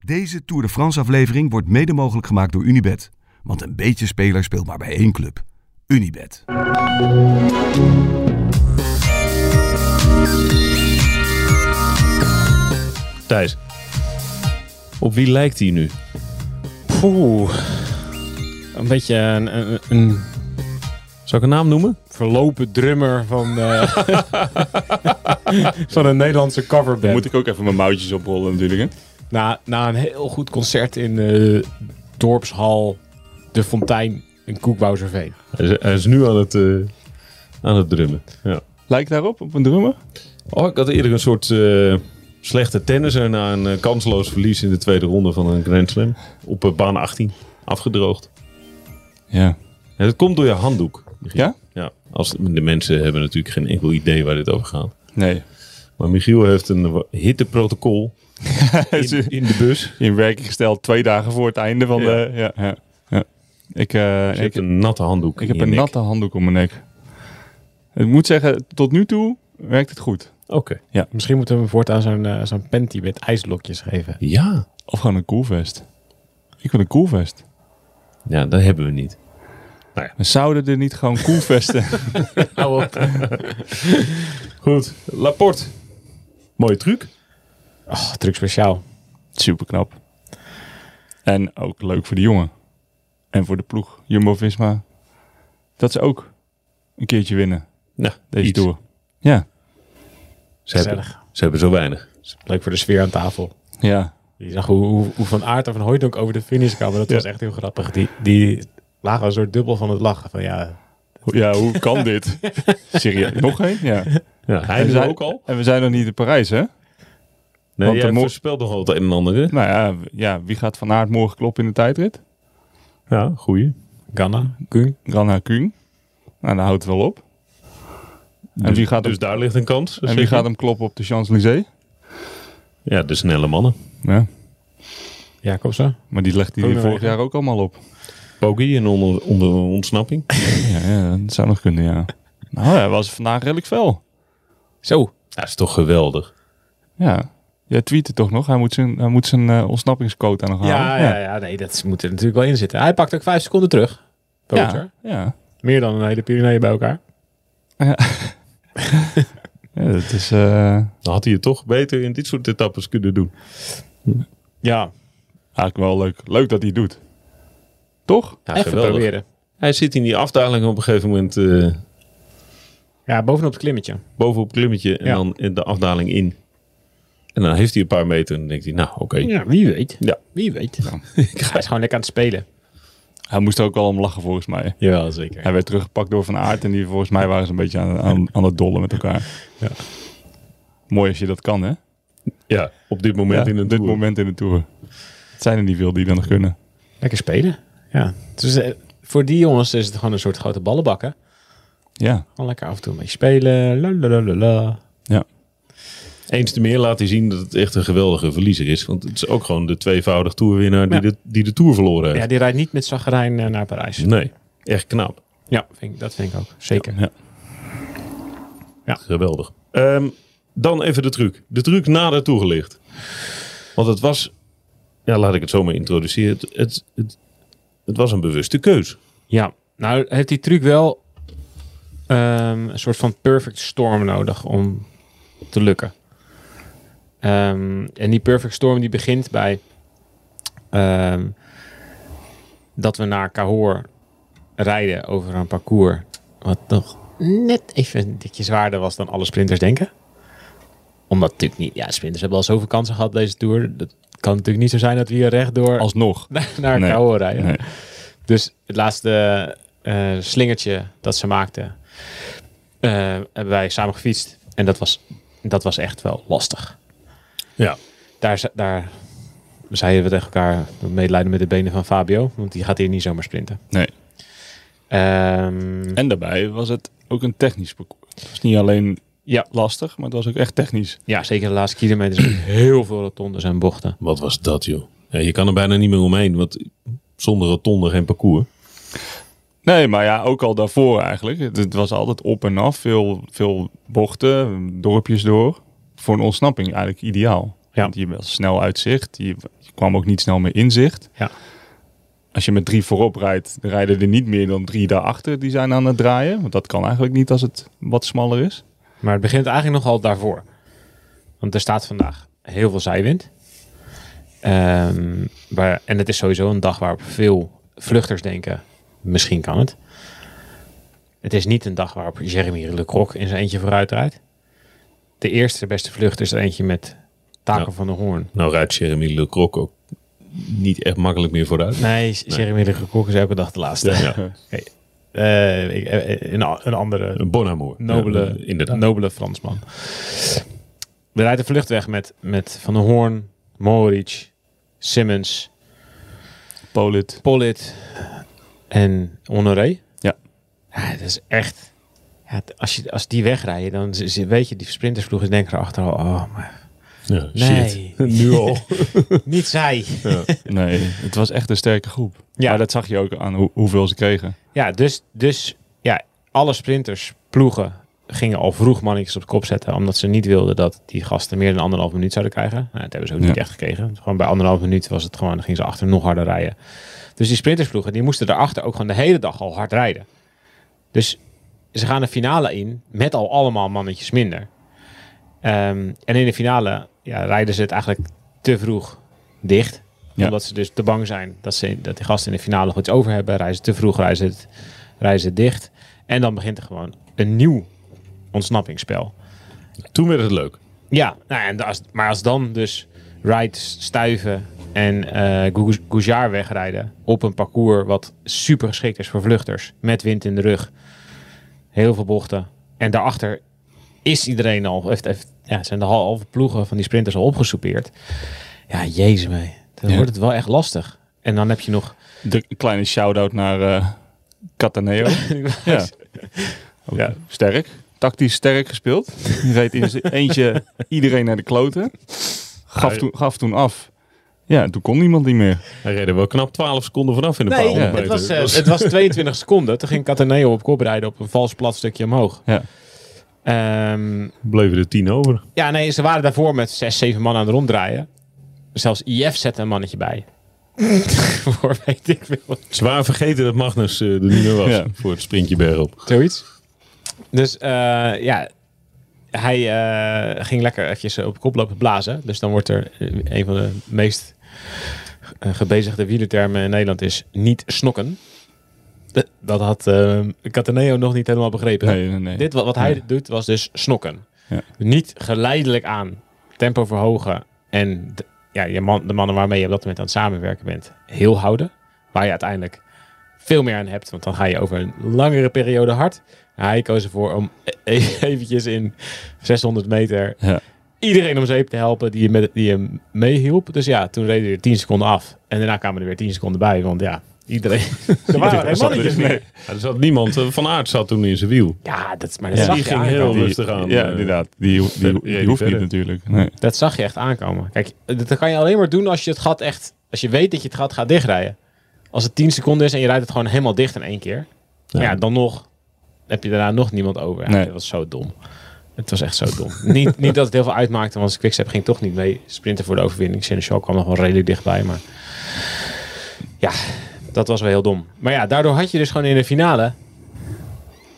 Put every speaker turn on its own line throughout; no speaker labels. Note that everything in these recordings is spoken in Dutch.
Deze Tour de France aflevering wordt mede mogelijk gemaakt door Unibet. Want een beetje speler speelt maar bij één club. Unibet.
Thijs. Op wie lijkt hij nu?
Oeh. Een beetje een, een, een
Zal ik een naam noemen?
verlopen drummer van, eh, van een Nederlandse coverband.
Moet ik ook even mijn mouwtjes oprollen natuurlijk. Hè?
Na, na een heel goed concert in eh Dorpshal De Fontein in Koekbouwserveen.
Hij is, hij is nu aan het, eh, aan het drummen. Ja.
Lijkt daarop, op een drummer?
Oh, ik had eerder een soort eh, slechte tennisser na een eh, kansloos verlies in de tweede ronde van een Grand Slam. Op eh, baan 18. Afgedroogd.
Ja.
En dat komt door je handdoek. Michiel.
Ja?
Ja. Als, de mensen hebben natuurlijk geen enkel idee waar dit over gaat.
Nee.
Maar Michiel heeft een wa- hitteprotocol in, in de bus.
In werking gesteld twee dagen voor het einde van
Ja.
de... Ja, ja, ja. Ik, eh,
Je
ik,
hebt een natte handdoek
ik
in
heb
je
een
nek.
natte handdoek om mijn nek. Ik moet zeggen, tot nu toe werkt het goed.
Oké.
Misschien moeten we hem voortaan zo'n eh, zo'n panty met ijsblokjes geven.
Ja.
Of gewoon een koelvest. Ik wil een koelvest.
Ja, dat hebben we niet.
We zouden er niet gewoon koelvesten.
Hou op.
Goed. Laporte. Mooie truc.
Oh, truc speciaal.
Super knap. En ook leuk voor de jongen. En voor de ploeg. Jumbo-Visma. Dat ze ook een keertje winnen.
Nou,
Deze
iets.
Tour. Ja.
Ze hebben,
Gezellig.
ze hebben zo weinig.
Leuk voor de sfeer aan tafel.
Ja.
Je zag hoe, hoe, hoe Van Aert en Van Hooydonk over de finish kwamen. Dat was echt heel grappig. Die, die lagen een soort dubbel van het lachen. Van ja,
Ja, hoe kan dit? Serieus. Nog één? Ja.
Ja, hij is ook al.
En we zijn nog niet in Parijs, hè?
Nee,
want
want
de
jij
mo-
voorspelt nog altijd een en ander. hè?
Nou ja, w- ja, wie gaat van Aert morgen kloppen in de tijdrit?
Ja, goeie.
Ganna, Kung.
Ranna Kuhn. Nou, dan houdt het wel op. En wie gaat,
Dus
hem,
daar ligt een kans.
en wie gaat hem kloppen op de Champs-Élysées?
Ja, de snelle mannen.
Ja.
Jacobsen.
Maar die legde hij
Groenewegen.
vorig jaar ook allemaal op.
Poggi en onder, onder ontsnapping.
Ja, ja, dat zou nog kunnen, ja. Nou, hij was vandaag redelijk fel.
Zo.
Dat is toch geweldig.
Ja. Jij tweette toch nog? Hij moet zijn, hij moet zijn eh, ontsnappingscode aan nog
Ja,
halen.
ja, ja, nee, dat moet er natuurlijk wel in zitten. Hij pakt ook vijf seconden terug. Pogacar.
ja. ja.
Meer dan een hele Pyreneeën bij elkaar.
Ja, dat is... eh,
Dan had hij het toch beter in dit soort etappes kunnen doen.
Ja,
Eigenlijk wel leuk. Leuk dat hij het doet. Toch?
Ja,
even proberen.
Hij zit in die afdaling op een gegeven moment eh,
Ja, bovenop het klimmetje.
bovenop het klimmetje en
Ja.
dan in de afdaling in. En dan heeft hij een paar meter en dan denkt hij, nou oké.
Ja, wie weet.
Ja.
Wie weet. Hij is gewoon lekker aan het spelen.
Hij moest er ook wel om lachen volgens mij.
Jawel, zeker.
Hij werd teruggepakt door Van Aert en die volgens mij waren ze een beetje aan, aan, aan het dollen met elkaar.
Ja.
Mooi als je dat kan, hè?
Ja, op dit moment in een
op dit
Tour.
moment in de Tour. Het zijn er niet veel die dat nog kunnen.
Lekker spelen. Ja. Dus eh, voor die jongens is het gewoon een soort grote ballenbak, hè?
Ja,
Gewoon lekker af en toe een beetje spelen. La, la, la, la, la.
Eens te meer laat hij zien dat het echt een geweldige verliezer is. Want het is ook gewoon de tweevoudig toerwinnaar die,
Ja.
de, die de toer verloren
Ja,
heeft.
die rijdt niet met Zagrijn naar Parijs.
Nee, echt knap.
Ja, vind ik, dat vind ik ook. Zeker.
ja.
Geweldig. Ehm, dan even de truc. De truc nader toegelicht. Want het was, ja, laat ik het zo maar introduceren. Het, het, het, het was een bewuste keus.
Ja, nou heeft die truc wel ehm, een soort van perfect storm nodig om te lukken. Ehm, en die perfect storm die begint bij ehm, dat we naar Cahors rijden over een parcours wat nog net even een tikje zwaarder was dan alle sprinters denken. Omdat natuurlijk niet, ja, sprinters hebben al zoveel kansen gehad deze Tour. Dat kan natuurlijk niet zo zijn dat we hier rechtdoor
alsnog.
naar
Nee.
Cahors rijden.
Nee.
Dus het laatste eh, slingertje dat ze maakten, eh, hebben wij samen gefietst. En dat was, dat was echt wel lastig.
Ja.
Daar, ze- daar zeiden we tegen elkaar medelijden met de benen van Fabio. Want die gaat hier niet zomaar sprinten.
Nee.
Ehm,
En daarbij was het ook een technisch parcours. Het was niet alleen
Ja.
lastig, maar het was ook echt technisch.
ja, zeker de laatste kilometers met heel veel rotondes en bochten.
Wat was dat, joh? Ja, je kan er bijna niet meer omheen, want zonder rotonde geen parcours.
Nee, maar ja, ook al daarvoor eigenlijk. Het, het was altijd op en af. Veel, veel bochten, dorpjes door. Voor een ontsnapping eigenlijk ideaal.
Ja.
Want je hebt snel uitzicht. Je, je kwam ook niet snel meer inzicht.
Ja.
Als je met drie voorop rijdt, dan rijden er niet meer dan drie daarachter. Die zijn aan het draaien. Want dat kan eigenlijk niet als het wat smaller is.
Maar het begint eigenlijk nogal daarvoor. Want er staat vandaag heel veel zijwind. Ehm, waar, en het is sowieso een dag waarop veel vluchters denken, misschien kan het. Het is niet een dag waarop Jeremy Lecroc in zijn eentje vooruit rijdt. De eerste beste vlucht is er eentje met Taco
Ja.
van der Hoorn.
Nou rijdt Jeremy Le Croc ook niet echt makkelijk meer vooruit.
Nee, Jeremy Lecroc is elke dag de laatste.
Ja, ja.
Eh, ik- eh, een, a- een andere
Een bon amour.
nobele,
Ja, eh, inderdaad.
nobele Fransman. We rijden de vlucht weg met, met Van der Hoorn, Mohoric, Simmons,
Polit.
Pollitt en Honoré.
Ja.
Ja, dat is echt... Ja, t- als, je, als die wegrijden, dan z- z- weet je, die sprintersvloeg is denk ik erachter al... Oh, maar
Ja,
Nee.
Shit. nu al.
niet zij.
Nee, het was echt een sterke groep.
Ja.
Ja, maar dat zag je ook aan hoe- hoeveel ze kregen.
Ja, dus, dus ja, alle sprinters, ploegen, gingen al vroeg mannetjes op de kop zetten. Omdat ze niet wilden dat die gasten meer dan anderhalf minuut zouden krijgen. Nou, dat hebben ze ook niet
Ja.
echt gekregen. Gewoon bij anderhalf minuut was het gewoon, dan gingen ze achter nog harder rijden. Dus die sprintersploegen, die moesten daarachter ook gewoon de hele dag al hard rijden. Dus ze gaan de finale in met al allemaal mannetjes minder. Ehm, en in de finale ja, rijden ze het eigenlijk te vroeg dicht.
Ja.
Omdat ze dus te bang zijn dat, ze, dat die gasten in de finale nog iets over hebben. Rijden ze te vroeg, rijden ze, het, rijden ze het dicht. En dan begint er gewoon een nieuw ontsnappingsspel.
Toen werd het leuk.
Ja, nou ja, en als, maar als dan dus Wright, Stuiven en eh Gou- Goujard wegrijden op een parcours wat super geschikt is voor vluchters, met wind in de rug, heel veel bochten. En daarachter is iedereen al, heeft, heeft, ja, zijn de halve ploegen van die sprinters al opgesoupeerd. Ja, jezus mee. Dan
Ja.
wordt het wel echt lastig. En dan heb je nog...
De een kleine shout-out naar eh Cataneo. ja. Ook
Ja.
Sterk. Tactisch sterk gespeeld. Die reed in zijn eentje iedereen naar de kloten. Gaf, toen, gaf toen af. Ja, toen kon niemand niet meer.
Hij reed er wel knap 12 seconden vanaf in een
Nee,
paar honderd
ja.
het,
meter.
was, eh,
Dat was-
het was 22 seconden. Toen ging Cataneo op kop rijden op een vals plat stukje omhoog.
Ja.
Ehm,
bleven er 10 over.
Ja, nee, ze waren daarvoor met zes, zeven man aan het ronddraaien. Zelfs IF zette een mannetje bij. Voor weet ik veel.
Zwaar vergeten dat Magnus eh, er niet meer was
Ja.
voor het sprintje bergop.
Zoiets. Dus eh, ja, hij eh, ging lekker eventjes op kop lopen blazen. Dus dan wordt er eh, een van de meest eh, gebezigde wielertermen in Nederland is niet snokken. Eh, Dat had eh, Cataneo nog niet helemaal begrepen.
Nee, nee, nee.
Dit, wat, wat hij
Ja.
doet was dus snokken.
Ja.
Niet geleidelijk aan tempo verhogen en de, ja, je man, de mannen waarmee je op dat moment aan het samenwerken bent heel houden. Waar je uiteindelijk veel meer aan hebt, want dan ga je over een langere periode hard. Hij koos ervoor om e- e- eventjes in 600 meter
Ja.
iedereen om zeep te helpen die, je met, die hem meehielp. Dus ja, toen reden er 10 seconden af. En daarna kwamen er weer 10 seconden bij, want ja, iedereen... er dus waren geen mannetjes meer.
Ja, er zat niemand. eh, Van Aert zat toen in zijn wiel.
Ja, dat, is- maar dat
Ja,
zag
die
je
ging
aankomen.
heel
Die-
rustig aan.
Ja,
eh,
inderdaad. Die, ho- die, ho-
Verder-
die hoeft niet
verder.
natuurlijk. Nee.
Dat zag je echt aankomen. Kijk, dat kan je alleen maar doen als je het gat echt. Als je weet dat je het gat gaat dichtrijden. Als het 10 seconden is en je rijdt het gewoon helemaal dicht in één keer. Ja, dan nog heb je daarna nog niemand over. Ja,
Nee.
Dat was zo dom. Het was echt zo dom. niet, niet dat het heel veel uitmaakte, want Quickstep ging toch niet mee sprinten voor de overwinning. Seneschal kwam nog wel redelijk dichtbij, maar ja, dat was wel heel dom. Maar ja, daardoor had je dus gewoon in de finale,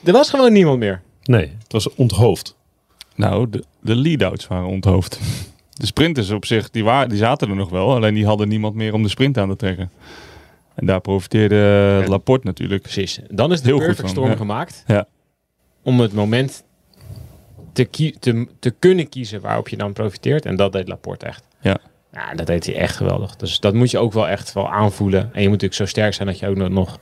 er was gewoon niemand meer.
Nee, het was onthoofd.
Nou, de, de lead-outs waren onthoofd. De sprinters op zich, die, waren, die zaten er nog wel. Alleen die hadden niemand meer om de sprint aan te trekken. En daar profiteerde eh,
Ja.
Laporte natuurlijk.
Precies. Dan is de
Heel goed
perfect
van,
storm
ja.
gemaakt.
Ja.
Om het moment te, kie- te, te kunnen kiezen waarop je dan profiteert. En dat deed Laporte echt.
Ja.
Ja, dat deed hij echt geweldig. Dus dat moet je ook wel echt wel aanvoelen. En je moet natuurlijk zo sterk zijn dat je ook nog- nog... En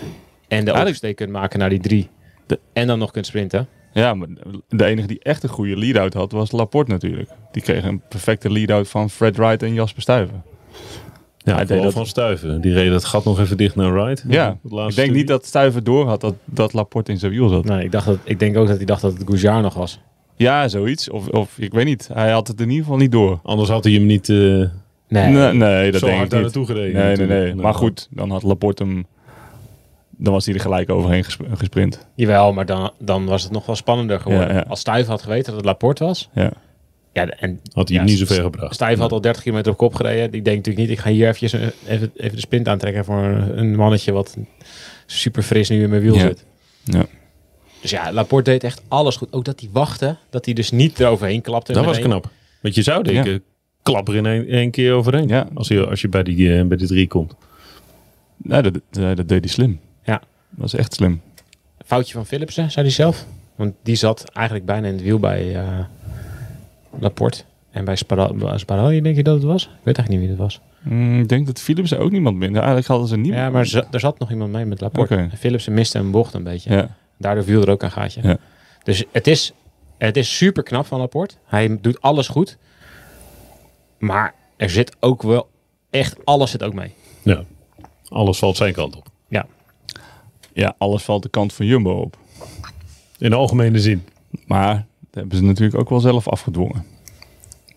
de
Eigenlijk-
oversteek kunt maken naar die drie.
De-
En dan nog kunt sprinten.
Ja, maar de enige die echt een goede lead-out had, was Laporte natuurlijk. Die kreeg een perfecte lead-out van Fred Wright en Jasper Stuyven.
Ja,
Hij
hij
deed dat-
van stuiven. Die reed dat gat nog even dicht naar Wright.
Ja,
Het laatste
ik denk niet
stukje.
dat Stuyven door had dat, dat Laporte in zijn wiel zat.
Nou, ik, dacht dat, ik denk ook dat hij dacht dat het Goujard nog was.
Ja, zoiets. Of, of ik weet niet. Hij had het in ieder geval niet door.
Anders had hij hem niet eh,
Nee.
Nee, nee dat
zo
denk ik
hard daar
niet.
naartoe gereden.
Nee, nee,
natuurlijk.
nee. Maar goed, dan had Laporte hem... Dan was hij er gelijk overheen gesp- gesprint.
Jawel, maar dan, dan was het nog wel spannender geworden.
Ja, ja.
Als Stuyven had geweten dat het Laporte was,
Ja.
Ja, de- en
Had hij
ja,
hem niet zover gebracht.
Stijf had al 30 kilometer op kop gereden. Ik denk natuurlijk niet, ik ga hier eventjes een- even, even de sprint aantrekken voor een mannetje wat super fris nu in mijn wiel
Ja.
zit.
Ja.
Dus ja, Laporte deed echt alles goed. Ook dat hij wachtte, dat hij dus niet eroverheen klapte.
Dat was
meteen.
knap. Want je zou denken, klap er in één, één keer overheen.
Ja.
Als, je, als je bij die, eh, bij die drie komt.
Nee, dat, dat, dat deed hij slim.
Ja.
Dat is echt slim.
Foutje van Philipsen, zei hij zelf. Want die zat eigenlijk bijna in het wiel bij eh, Laporte. En bij Spara- Sparaglia denk je dat het was? Ik weet eigenlijk niet wie dat was.
Mm, ik denk dat Philips er ook niemand minder. Eigenlijk hadden ze niemand.
Ja, maar za- er zat nog iemand mee met Laporte.
Oké.
En Philipsen miste een bocht een beetje.
Ja.
Daardoor viel er ook een gaatje.
Ja.
Dus het is, het is super knap van Laporte. Hij doet alles goed. Maar er zit ook wel echt alles zit ook mee.
Ja. Alles valt zijn kant op.
Ja.
ja, alles valt de kant van Jumbo op.
In de algemene zin.
Maar dat hebben ze natuurlijk ook wel zelf afgedwongen.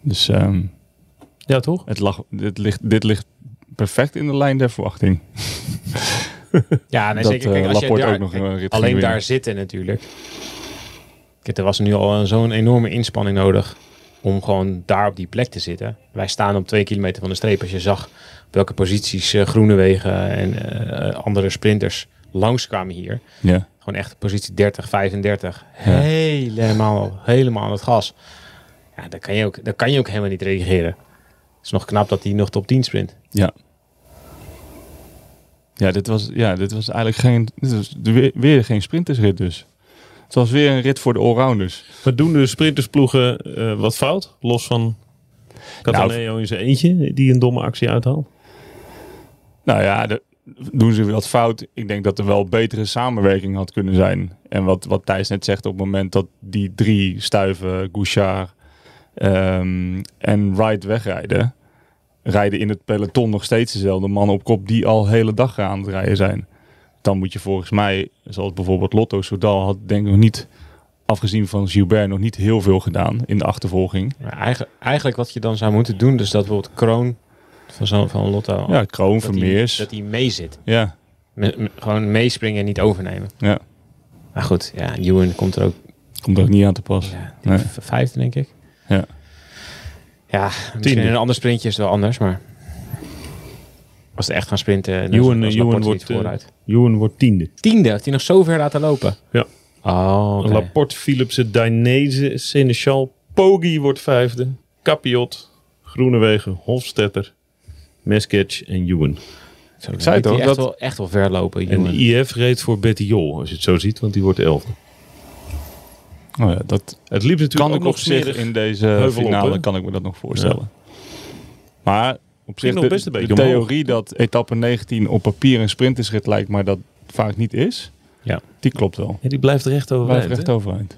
Dus ehm,
Ja, toch?
het lag, dit, ligt, dit ligt perfect in de lijn der verwachting.
Ja, nee,
Dat,
zeker. Kijk,
eh,
als je
Laporte
daar,
ook nog een
kijk,
rit ging
alleen
winnen.
daar zitten natuurlijk. Kijk, er was nu al eh, zo'n enorme inspanning nodig om gewoon daar op die plek te zitten. Wij staan op twee kilometer van de streep. Als je zag op welke posities eh, Groenewegen en eh, andere sprinters langskwamen hier.
Ja.
Gewoon echt positie 30, 35. Helemaal, helemaal aan het gas. Ja, daar kan, je ook, daar kan je ook helemaal niet reageren. Het is nog knap dat hij nog top 10 sprint.
Ja. Ja, dit was, ja, dit was eigenlijk geen, dit was de- weer, weer geen sprintersrit dus. Het was weer een rit voor de allrounders.
Maar doen de sprintersploegen eh, wat fout? Los van Cataneo in zijn eentje, die een domme actie uithaalt.
Nou ja, de- doen ze weer wat fout. Ik denk dat er wel betere samenwerking had kunnen zijn. En wat, wat Thijs net zegt, op het moment dat die drie stuiven, Gouchard ehm, en Wright wegrijden, rijden in het peloton nog steeds dezelfde mannen op kop die al hele dag aan het rijden zijn. Dan moet je volgens mij, zoals bijvoorbeeld Lotto Soudal had denk ik nog niet, afgezien van Gilbert, nog niet heel veel gedaan in de achtervolging.
Maar eigenlijk, eigenlijk wat je dan zou moeten doen, dus dat bijvoorbeeld Kroon van, zo, van Lotto.
Ja, Kroon,
dat, hij,
Vermeers.
dat hij mee zit.
Ja,
Me- me- gewoon meespringen en niet overnemen.
ja,
Maar goed, ja, Ewan komt er ook
komt er ook niet aan te pas.
ja, die
Nee.
v- vijfde, denk ik.
Ja.
Ja, misschien
Tiende.
in een ander sprintje is het wel anders, maar... Als ze echt gaan sprinten, dan
Ewan- eh,
is
Ewan
Laporte
wordt,
niet vooruit.
Joen wordt tiende.
Tiende, heeft hij nog zo ver laten lopen?
Ja.
Oh, oké.
Laporte, Philipsen, Dainese, Seneschal, Poggi wordt vijfde. Capiot, Groenewegen, Hofstetter, Mesketch en Joen.
Zo, dan
zei
liet
toch,
hij Echt,
dat-
wel, echt wel ver lopen,
En
Ewan.
IF reed voor Betty Jol, als je het zo ziet, want die wordt elfde.
Oh ja, dat,
Het liep natuurlijk
kan ik
ook nog
op zich
smerig.
in deze
heuvel op,
finale
hè?
kan ik me dat nog voorstellen. Maar op zich
nog
de,
best een
de
beetje omhoog.
theorie dat etappe 19 op papier een sprintersrit lijkt, maar dat vaak niet is,
Ja.
die klopt wel.
Ja, die blijft recht
Blijft
over.
recht overeind.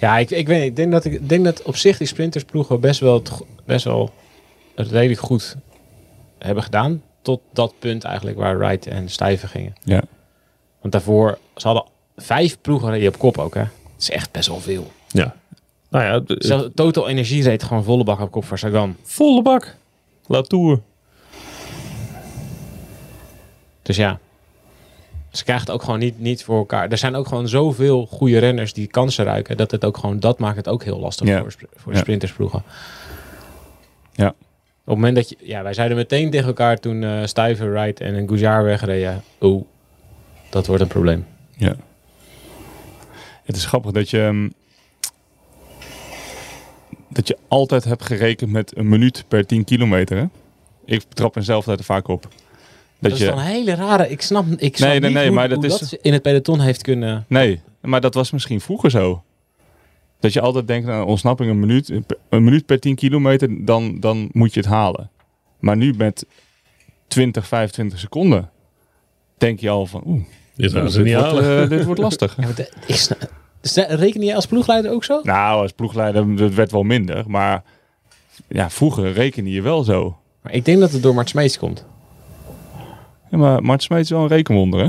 Ja, ik, ik weet niet. Ik denk dat, ik, ik denk dat op zich die sprintersploeg wel best wel, het go- best wel het redelijk goed hebben gedaan. Tot dat punt eigenlijk waar Wright en Stuyven gingen.
Ja.
Want daarvoor, ze hadden vijf ploegen reden op kop ook, hè. Dat is echt best wel veel.
Ja. Nou ja, de-
Zelfs Total Energie reed gewoon volle bak op kop voor Sagan.
volle bak. Latour.
Dus ja, ze krijgen het ook gewoon niet, niet voor elkaar. Er zijn ook gewoon zoveel goede renners die kansen ruiken. Dat, het ook gewoon, dat maakt het ook heel lastig
Ja.
voor, spr- voor
Ja.
sprintersploegen.
Ja.
Op het moment dat je... Ja, wij zeiden meteen tegen elkaar toen eh Stuyven, Wright en een Goujard wegreden. Oeh, dat wordt een probleem.
Ja. Het is grappig dat je, ehm, dat je altijd hebt gerekend met een minuut per 10 kilometer. Hè? Ik trap mezelf daar te vaak op.
Dat,
Dat,
is
je,
dan een hele rare... Ik snap, ik snap
nee,
niet
nee,
hoe,
maar dat
hoe
is-
dat in het peloton heeft kunnen...
Nee, maar dat was misschien vroeger zo. Dat je altijd denkt aan ontsnapping een minuut, een minuut per 10 kilometer, dan, dan moet je het halen. Maar nu met 20, 25 seconden denk je al van, oeh,
Dit gaan ze
dit,
niet
wordt,
halen.
eh, dit wordt lastig.
Ja, maar de- ik snap- Dus daar- Reken jij als ploegleider ook zo?
nou, als ploegleider dat werd wel minder, maar ja, vroeger rekende je wel zo.
Maar ik denk dat het door Mart Smeets komt.
Ja, maar Mart Smeet is wel een rekenwonder, hè?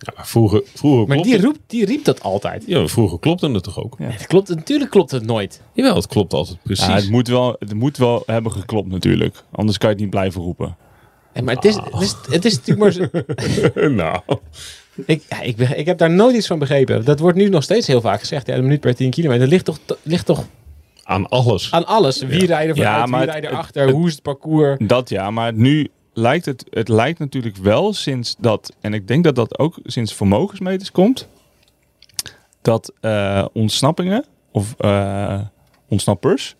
Ja, maar vroeger, vroeger
Maar
klopte
die, roept, die riep dat altijd.
Ja, maar vroeger klopte het toch ook?
Ja.
Het klopt, natuurlijk klopt het nooit.
Jawel, het klopt altijd precies.
Ja, het, moet wel, het moet wel hebben geklopt natuurlijk, anders
Eh,
kan je het niet blijven roepen.
En maar het is, het is, het is natuurlijk maar... zo-
nou,
Ik, ja, ik, ben- ik heb daar nooit iets van begrepen. Dat wordt nu nog steeds heel vaak gezegd. Ja, een minuut per 10 kilometer. Dat ligt toch, dat ligt toch
Aan alles.
aan alles. Wie rijden
Ja,
vooruit,
maar
wie
het-
rijden
het-
achter,
het-
hoe is het parcours.
Dat ja, maar nu lijkt het, het lijkt natuurlijk wel sinds dat, en ik denk dat dat ook sinds vermogensmeters komt, dat eh, ontsnappingen of eh, ontsnappers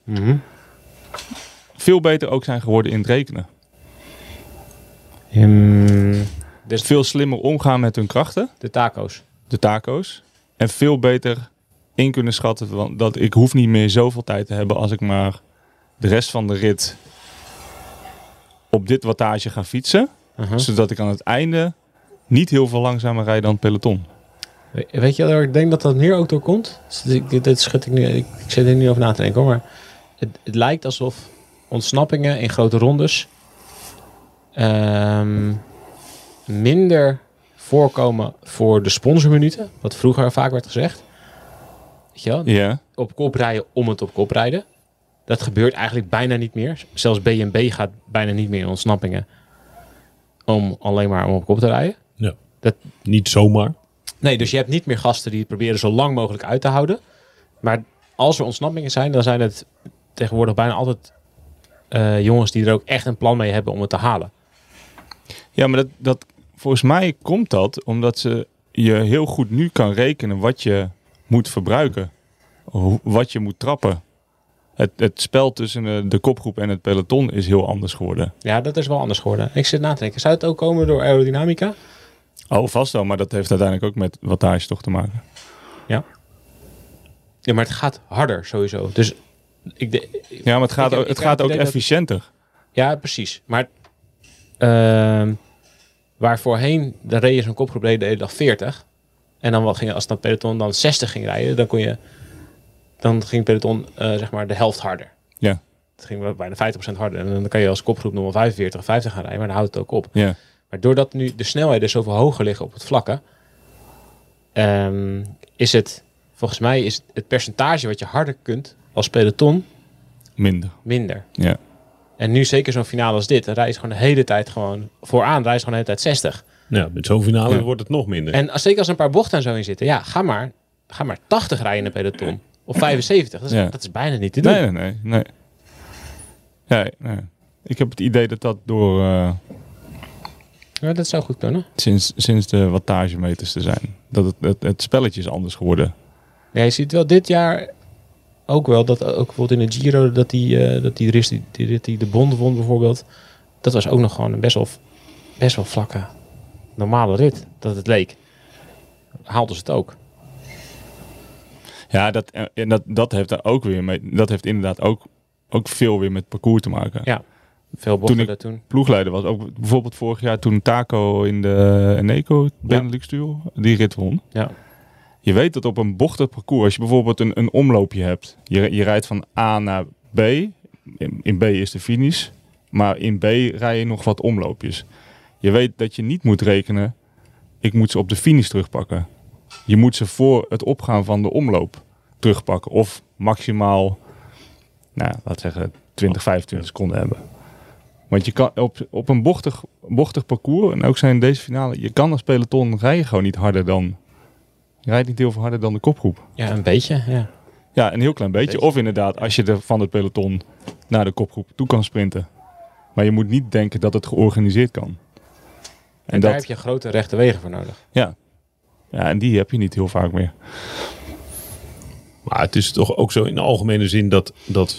veel beter ook zijn geworden in het rekenen.
Ehm,
Dus veel slimmer omgaan met hun krachten,
de taco's.
de taco's, en veel beter in kunnen schatten van dat ik hoef niet meer zoveel tijd te hebben als ik maar de rest van de rit op dit wattage ga fietsen. Zodat ik aan het einde niet heel veel langzamer rijd dan het peloton.
We- Weet je, waar ik denk dat dat meer ook door komt. Dus ik- Dit, dit schud ik nu. Ik, ik zit er nu over na te denken hoor. Maar het, het lijkt alsof ontsnappingen in grote rondes ehm, minder voorkomen voor de sponsorminuten. Wat vroeger vaak werd gezegd. Weet je wel?
Ja.
Op kop rijden om het op kop rijden. Dat gebeurt eigenlijk bijna niet meer. Zelfs BNB gaat bijna niet meer in ontsnappingen. Om alleen maar om op kop te rijden.
Niet zomaar.
Nee, dus je hebt niet meer gasten die het proberen zo lang mogelijk uit te houden. Maar als er ontsnappingen zijn, dan zijn het tegenwoordig bijna altijd eh, jongens die er ook echt een plan mee hebben om het te halen.
ja, maar dat, dat, volgens mij komt dat omdat ze je heel goed nu kan rekenen wat je moet verbruiken. Hoe- Wat je moet trappen. Het, het spel tussen eh, de kopgroep en het peloton is heel anders geworden.
Ja, dat is wel anders geworden. Ik zit na te denken, zou het ook komen door aerodynamica?
Oh, vast wel, maar dat heeft uiteindelijk ook met wattage toch te maken.
Ja, maar het gaat harder sowieso. Dus ik de,
Ja, maar het gaat,
Ik heb-
ook- het
ik heb
gaat
het
ook
idee dat-
efficiënter.
ja, precies. Maar ehm waar voorheen, dan reed je zo'n kopgroep reed de hele dag 40. En dan wel ging, als dat peloton dan 60 ging rijden, dan kon je, dan ging het peloton eh, zeg maar de helft harder.
Ja.
Het ging wel bijna 50% harder. En dan kan je als kopgroep nog wel 45, 50 gaan rijden, maar dan houdt het ook op.
Ja.
Maar doordat nu de snelheden dus zoveel hoger liggen op het vlakke, ehm, is het, volgens mij, is het percentage wat je harder kunt als peloton
Minder.
minder.
Ja.
En nu zeker zo'n finale als dit, dan rijdt gewoon de hele tijd gewoon vooraan, rijdt gewoon de hele tijd 60.
Ja, Nou, met zo'n finale
Ja.
wordt het nog minder.
En als, zeker als er een paar bochten en zo in zitten, ja, ga maar, ga maar 80 rijden in een peloton. Of 75, dat is,
Ja.
dat is bijna niet te doen.
Nee, nee, nee. nee. Ja, nee. Ik heb het idee dat dat door... eh,
Maar dat zou goed kunnen.
sinds, sinds de wattagemeters te zijn. Dat het, het, het spelletje is anders geworden.
Ja, je ziet wel dit jaar ook wel dat ook bijvoorbeeld in de Giro dat die, eh, dat die rit die, die, rit die de Bond won bijvoorbeeld. Dat was ook nog gewoon een best wel, best wel vlakke, normale rit dat het leek. Haalden ze het ook.
Ja, dat, en dat, dat heeft daar ook weer mee. Dat heeft inderdaad ook, ook veel weer met parcours te maken.
Ja. Veel bochten
ik-
daar toen.
Ploegleider was ook bijvoorbeeld vorig jaar toen Taco in de Eneco Benelux Tour die rit won.
Ja.
Je weet dat op een bochtig parcours, als je bijvoorbeeld een, een omloopje hebt, je, je rijdt van A naar B. In, in B is de finish, maar in B rij je nog wat omloopjes. Je weet dat je niet moet rekenen, ik moet ze op de finish terugpakken. Je moet ze voor het opgaan van de omloop terugpakken. Of maximaal, nou, laat zeggen, 20, 25 seconden hebben. Want je kan op, op een bochtig, bochtig parcours, en ook zijn deze finale, je kan als peloton rijden gewoon niet harder dan je rijdt niet heel veel harder dan de kopgroep.
ja, een beetje. Ja.
Ja, een heel klein beetje.
Beetje.
Of inderdaad, als je er van het peloton naar de kopgroep toe kan sprinten. Maar je moet niet denken dat het georganiseerd kan.
En, daar heb je grote rechte wegen voor nodig.
ja, en die heb je niet heel vaak meer.
Maar het is toch ook zo in de algemene zin dat, dat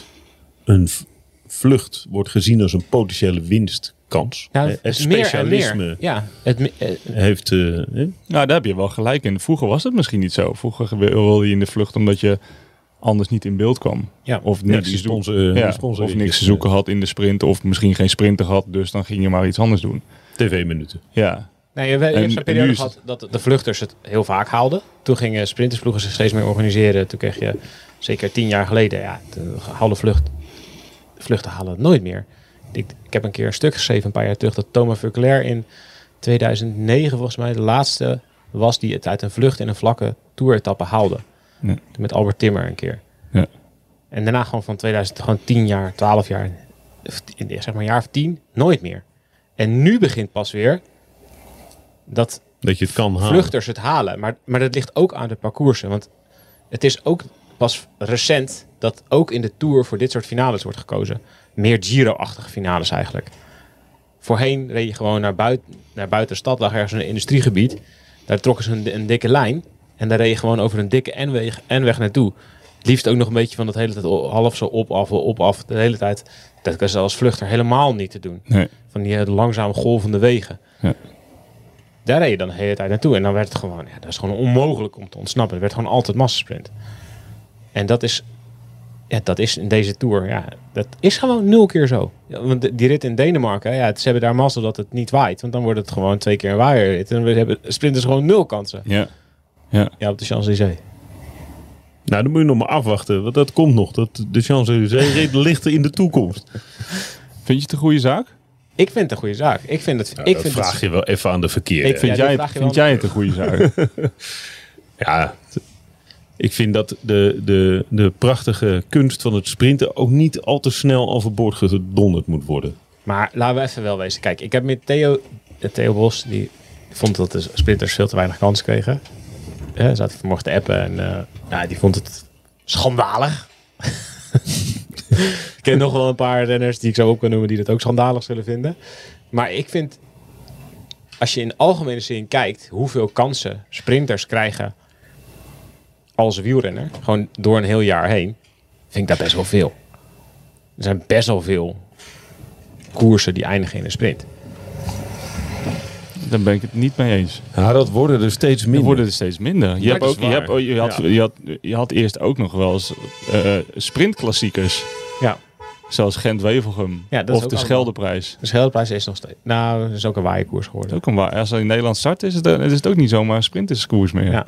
een v- vlucht wordt gezien als een potentiële winstkans.
Nou,
Eh, het
is meer en
specialisme
meer. Ja, het, me- eh,
heeft... eh, hè?
Nou, daar heb je wel gelijk in. Vroeger was het misschien niet zo. Vroeger wilde je in de vlucht omdat je anders niet in beeld kwam.
ja.
Of
Ja,
niks,
die
te, zoeken-
sponsor- eh, die
ja,
sponsor-
of niks te zoeken had in de sprint. Of misschien geen sprinter had, dus dan ging je maar iets anders doen.
TV-minuten.
Ja,
Nee, je, je
En-
hebt zo'n
en
periode
nu is
gehad dat de vluchters het heel vaak haalden. Toen gingen sprintersploegen zich steeds meer organiseren. Toen kreeg je, zeker tien jaar geleden, ja, de haalde vlucht, vluchten halen het nooit meer. Ik, ik heb een keer een stuk geschreven, een paar jaar terug, dat Thomas Verclair in 2009 volgens mij de laatste was die het uit een vlucht in een vlakke toeretappe haalde.
Ja.
Met Albert Timmer een keer.
Ja.
En daarna gewoon van 2000, gewoon 10 jaar, 12 jaar, of t- zeg maar een jaar of tien, nooit meer. En nu begint pas weer dat
Dat je het kan halen.
vluchters het halen. Maar, maar dat ligt ook aan de parcoursen. Want het is ook pas recent dat ook in de Tour voor dit soort finales wordt gekozen. Meer Giro-achtige finales eigenlijk. Voorheen reed je gewoon naar buiten, naar buiten de stad, lag ergens een industriegebied. Daar trokken ze een, een dikke lijn. En daar reed je gewoon over een dikke N-weg, N-weg naartoe. Het liefst ook nog een beetje van dat hele tijd o- half zo op, af, op, af. De hele tijd. Dat is als vluchter helemaal niet te doen
Nee.
van die hele langzame golvende wegen.
Ja.
Daar reed je dan de hele tijd naartoe. En dan werd het gewoon, ja, dat is gewoon onmogelijk om te ontsnappen. Het werd gewoon altijd massasprint. En dat is, ja, dat is in deze Tour, ja, dat is gewoon nul keer zo. Ja, want de- die rit in Denemarken, ja, het- ze hebben daar mazzel dat het niet waait. Want dan wordt het gewoon twee keer een waaierrit. En dan hebben sprinters gewoon nul kansen.
Ja.
Ja, op de Champs-Élysées.
Nou, dan moet je nog maar afwachten. Want dat komt nog. Dat, de Champs-Élysées ligt er in de toekomst.
Vind je het een goede zaak?
Ik vind het een goede zaak. Ik vind het... ik
Nou, dat
vind
vraag
het,
je wel even aan de verkeerde.
Ik Ja,
Vind,
die
jij,
vraag
het,
je
vind
wel.
jij het een goede zaak?
Ja, t- ik vind dat de, de, de prachtige kunst van het sprinten ook niet al te snel overboord gedonderd moet worden.
Maar laten we even wel wezen. Kijk, ik heb met Theo, eh, Theo Bos, die vond dat de sprinters veel te weinig kans kregen. Ja, zat ik vanmorgen te appen en eh, nou, die vond het schandalig. ik ken nog wel een paar renners die ik zou op kunnen noemen die dat ook schandalig zullen vinden. Maar ik vind, als je in algemene zin kijkt hoeveel kansen sprinters krijgen als wielrenner, gewoon door een heel jaar heen, vind ik dat best wel veel. Er zijn best wel veel koersen die eindigen in een sprint.
Daar ben ik het niet mee eens.
Ja, dat worden er steeds
Er worden er steeds minder. Je, hebt
dat is
ook, je,
waar.
hebt, ook- je, had,
Ja.
je, had, je had eerst ook nog wel eens eh, sprintklassiekers.
Ja.
Zoals Gent-Wevelgem.
Ja, dat is
of
ook
de
allemaal-
Scheldeprijs.
Dus Scheldeprijs is nog steeds. Nou, dat is ook een waaierkoers
Dat is
geworden.
ook een waar. Als er in Nederland start is het, eh, is het ook niet zomaar een sprinterskoers meer.
Ja.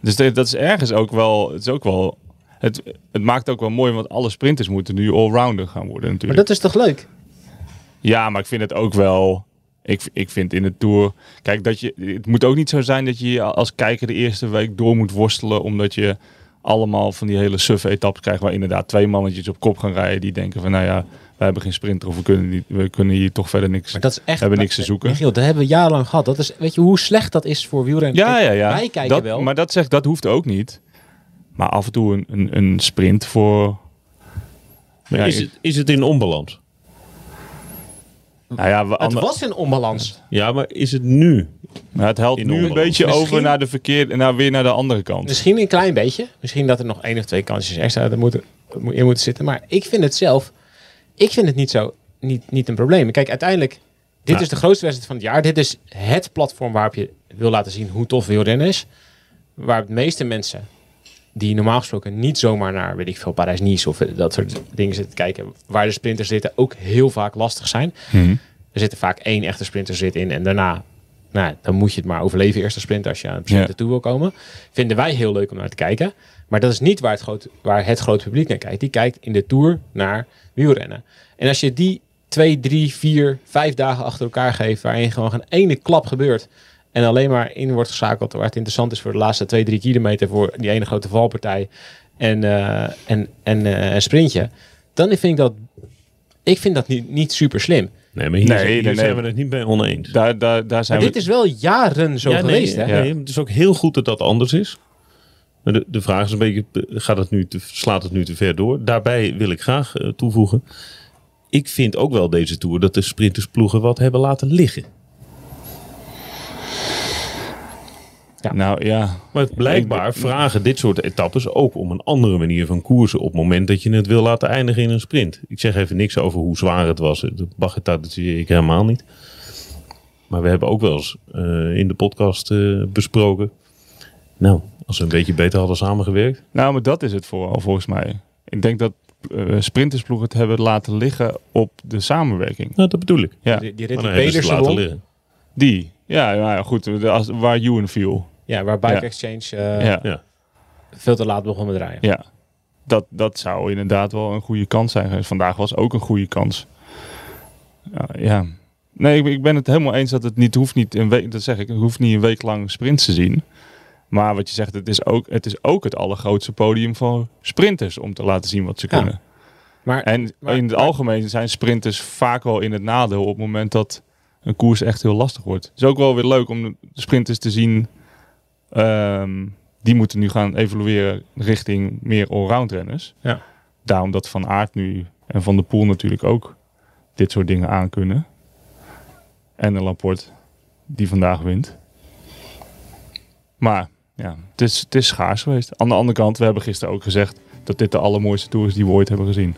Dus dat, dat is ergens ook wel... Het, is ook wel het, het maakt ook wel mooi, want alle sprinters moeten nu allrounder gaan worden
Maar
natuurlijk.
dat is toch leuk?
Ja, maar ik vind het ook wel... Ik, ik vind in de Tour... Kijk, dat je, het moet ook niet zo zijn dat je als kijker de eerste week door moet worstelen... omdat je allemaal van die hele suffe etappes krijgt... waar inderdaad twee mannetjes op kop gaan rijden... die denken van, nou ja, wij hebben geen sprinter... of we kunnen, niet, we kunnen hier toch verder niks...
Maar dat is echt.
Hebben niks te zoeken.
Michiel, dat hebben we jarenlang gehad. Dat is, weet je hoe slecht dat is voor wielrennen?
Ja,
Kijk,
ja, ja.
Wij kijken
dat,
wel.
Maar dat zegt, dat hoeft ook niet. Maar af en toe een, een, een sprint voor... Ja,
is,
ik-
het, is het in onbalans?
Nou ja, we,
het
ander-
was in onbalans.
Ja, maar is het nu?
maar het helpt
in
nu een
onbalans.
beetje over
Misschien-
naar de verkeerde... Naar, weer naar de andere kant.
Misschien een klein beetje. Misschien dat er nog één of twee kansjes extra er moeten, in moeten zitten. Maar ik vind het zelf. Ik vind het niet zo. Niet, niet een probleem. Kijk, uiteindelijk. Dit
Ja.
is de grootste wedstrijd van het jaar. Dit is het platform waarop je wil laten zien hoe tof wielrennen is. waar de meeste mensen die normaal gesproken niet zomaar naar, weet ik veel, Parijs-Nice of eh, dat soort dingen zitten kijken, waar de sprinters zitten, ook heel vaak lastig zijn.
Mhm.
Er zitten vaak één echte sprinter zit in en daarna, nou, ja, dan moet je het maar overleven eerst als sprinter als je aan het sprinten
Ja.
toe wil komen. Vinden wij heel leuk om naar te kijken, maar dat is niet waar het, groot, waar het grote publiek naar kijkt. Die kijkt in de Tour naar wielrennen. En als je die twee, drie, vier, vijf dagen achter elkaar geeft, waarin gewoon geen ene klap gebeurt, en alleen maar in wordt geschakeld waar het interessant is voor de laatste twee, drie kilometer voor die ene grote valpartij en, eh, en, en eh, een sprintje. Dan vind ik dat, ik vind dat niet, niet super slim.
Nee, maar hier,
Nee,
hier
nee, nee.
zijn we het niet mee oneens.
Daar, daar, daar zijn
Maar
we...
dit is wel jaren zo
Ja, nee,
geweest, hè?
nee, nee, het is ook heel goed dat dat anders is. Maar de, de vraag is een beetje, eh, gaat het nu te, slaat het nu te ver door? Daarbij wil ik graag eh, toevoegen. Ik vind ook wel deze Tour dat de sprintersploegen wat hebben laten liggen.
Nou ja,
Maar het blijkbaar vragen dit soort etappes ook om een andere manier van koersen op het moment dat je het wil laten eindigen in een sprint. Ik zeg even niks over hoe zwaar het was. Dat bagatelliseer ik helemaal niet. Maar we hebben ook wel eens eh, in de podcast eh, besproken. Nou, als we een beetje beter hadden samengewerkt.
Nou, maar dat is het vooral volgens mij. Ik denk dat eh, sprintersploegen het hebben laten liggen op de samenwerking.
Nou, dat bedoel ik.
Ja,
Die, die rit die
Maar dan hebben ze
Pedersen
het laten
won.
liggen.
die. Ja, nou ja, goed, de- als, waar Ewan viel.
Ja, waar Bike
Ja.
Exchange eh,
ja.
Ja.
veel te laat begon met rijden.
ja. Dat, dat zou inderdaad wel een goede kans zijn geweest. Vandaag was ook een goede kans. Ja, ja. Nee, ik, ik ben het helemaal eens dat het niet hoeft niet een week, dat zeg ik, het hoeft niet een week lang sprints te zien. Maar wat je zegt, het is ook het, is ook het allergrootste podium van sprinters om te laten zien wat ze
Ja.
kunnen.
Maar
En
Maar- eh,
in het
maar-
algemeen zijn sprinters vaak wel in het nadeel op het moment dat een koers echt heel lastig wordt. Het is ook wel weer leuk om de sprinters te zien. ehm, die moeten nu gaan evolueren richting meer allround renners.
Ja.
Daarom dat Van Aert nu en Van der Poel natuurlijk ook dit soort dingen aankunnen. En een Laporte die vandaag wint. Maar ja, het is, het is schaars geweest. Aan de andere kant, we hebben gisteren ook gezegd dat dit de allermooiste tour is die we ooit hebben gezien.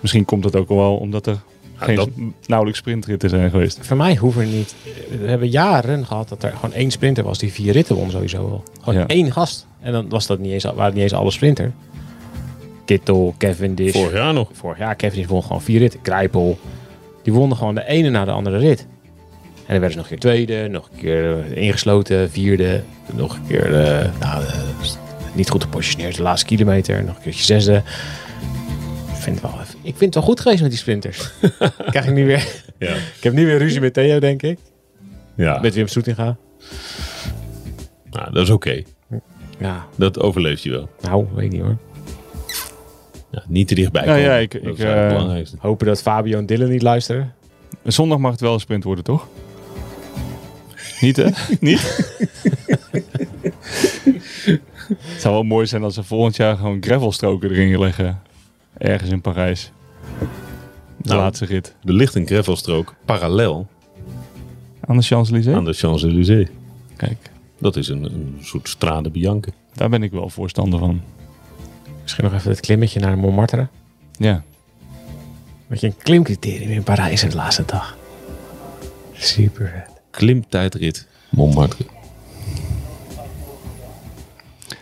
Misschien komt dat ook wel omdat er geen,
dat-
nauwelijks sprintritten zijn geweest.
Voor mij hoeven er niet. We hebben jaren gehad dat er gewoon één sprinter was die vier ritten won sowieso wel. Gewoon
Ja.
één gast. En dan was dat niet eens, waren het niet eens alle sprinter. Kittel, Cavendish.
Vorig jaar nog.
vorig jaar, Cavendish won gewoon vier ritten. Krijpel, die wonnen gewoon de ene na de andere rit. En dan werden ze nog een keer tweede, nog een keer eh, ingesloten, vierde, nog een keer eh, nou, eh, niet goed gepositioneerd de laatste kilometer, nog een keertje zesde. Ik vind, het wel, even- ik vind het wel goed geweest met die sprinters. Krijg ik nu weer.
Ja.
Ik heb nu weer ruzie met Theo, denk ik.
Ja,
Met Wim Soetinga.
nou, dat is oké.
Ja,
Dat overleef je wel.
nou, weet ik niet hoor.
Ja, niet te dichtbij
Nou
komen.
ja, ik-
dat
ik,
is eigenlijk het
eh,
belangrijkste.
Hopen dat Fabio en Dylan niet luisteren.
Zondag mag het wel een sprint worden, toch? Niet, hè? Niet? het zou wel mooi zijn als ze volgend jaar gewoon gravelstroken erin leggen. Ergens in Parijs. De
Nou.
laatste rit.
Er ligt een gravelstrook parallel
Aan de Champs-Élysées?
aan de Champs-Élysées.
Kijk,
Dat is een, een soort strade Bianca.
daar ben ik wel voorstander van.
Misschien nog even het klimmetje naar Montmartre.
Ja.
Met je een klimcriterium in Parijs in de laatste dag. Super vet.
Klimtijdrit Montmartre.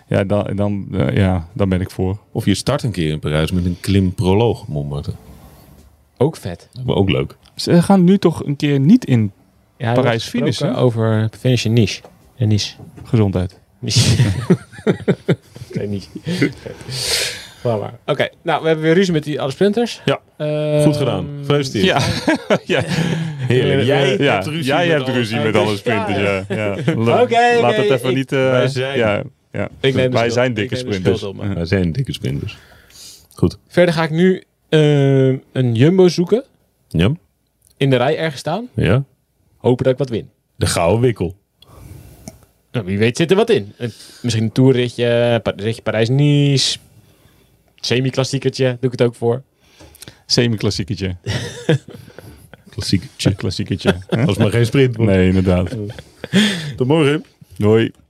Ja, dan, dan, eh, ja, dan ben ik voor.
Of je start een keer in Parijs met een klimproloog Montmartre.
Ook vet.
Maar ook leuk.
Ze gaan nu toch een keer niet in
Ja, er
Parijs
wordt gesproken
finishen?
Over finishen niche. En niche.
gezondheid.
Niche. nee, niet. Waar maar. Oké, nou, we hebben weer ruzie met die alle sprinters.
Ja.
Ehm,
Goed gedaan. Gefeliciteerd.
Ja. ja.
Heerlijk. Jij
ja,
hebt ruzie
jij
met
hebt
alles.
ruzie
Ah,
met
dus-
alle sprinters.
ja.
Ja, ja.
Oké, oké,
Laat het even
ik-
niet. eh,
wij zijn-
ja, ja.
Ik neem de
wij
schuld.
zijn
Ik
dikke
neem dus de
sprinters.
schuld op me.
Dus, eh, Wij zijn dikke sprinters. Goed.
Verder ga ik nu ehm, een jumbo zoeken.
Ja.
In de rij ergens staan.
ja.
Hopen dat ik wat win.
De gouden wikkel.
Nou, wie weet zit er wat in. Een- misschien een toerritje, een pa- ritje Parijs-Nice. Semi-klassiekertje, doe ik het ook voor.
Semi-klassieketje.
Klassiek.
Klassieketje.
Als maar geen sprint. wordt.
nee, inderdaad.
Tot morgen.
Doei.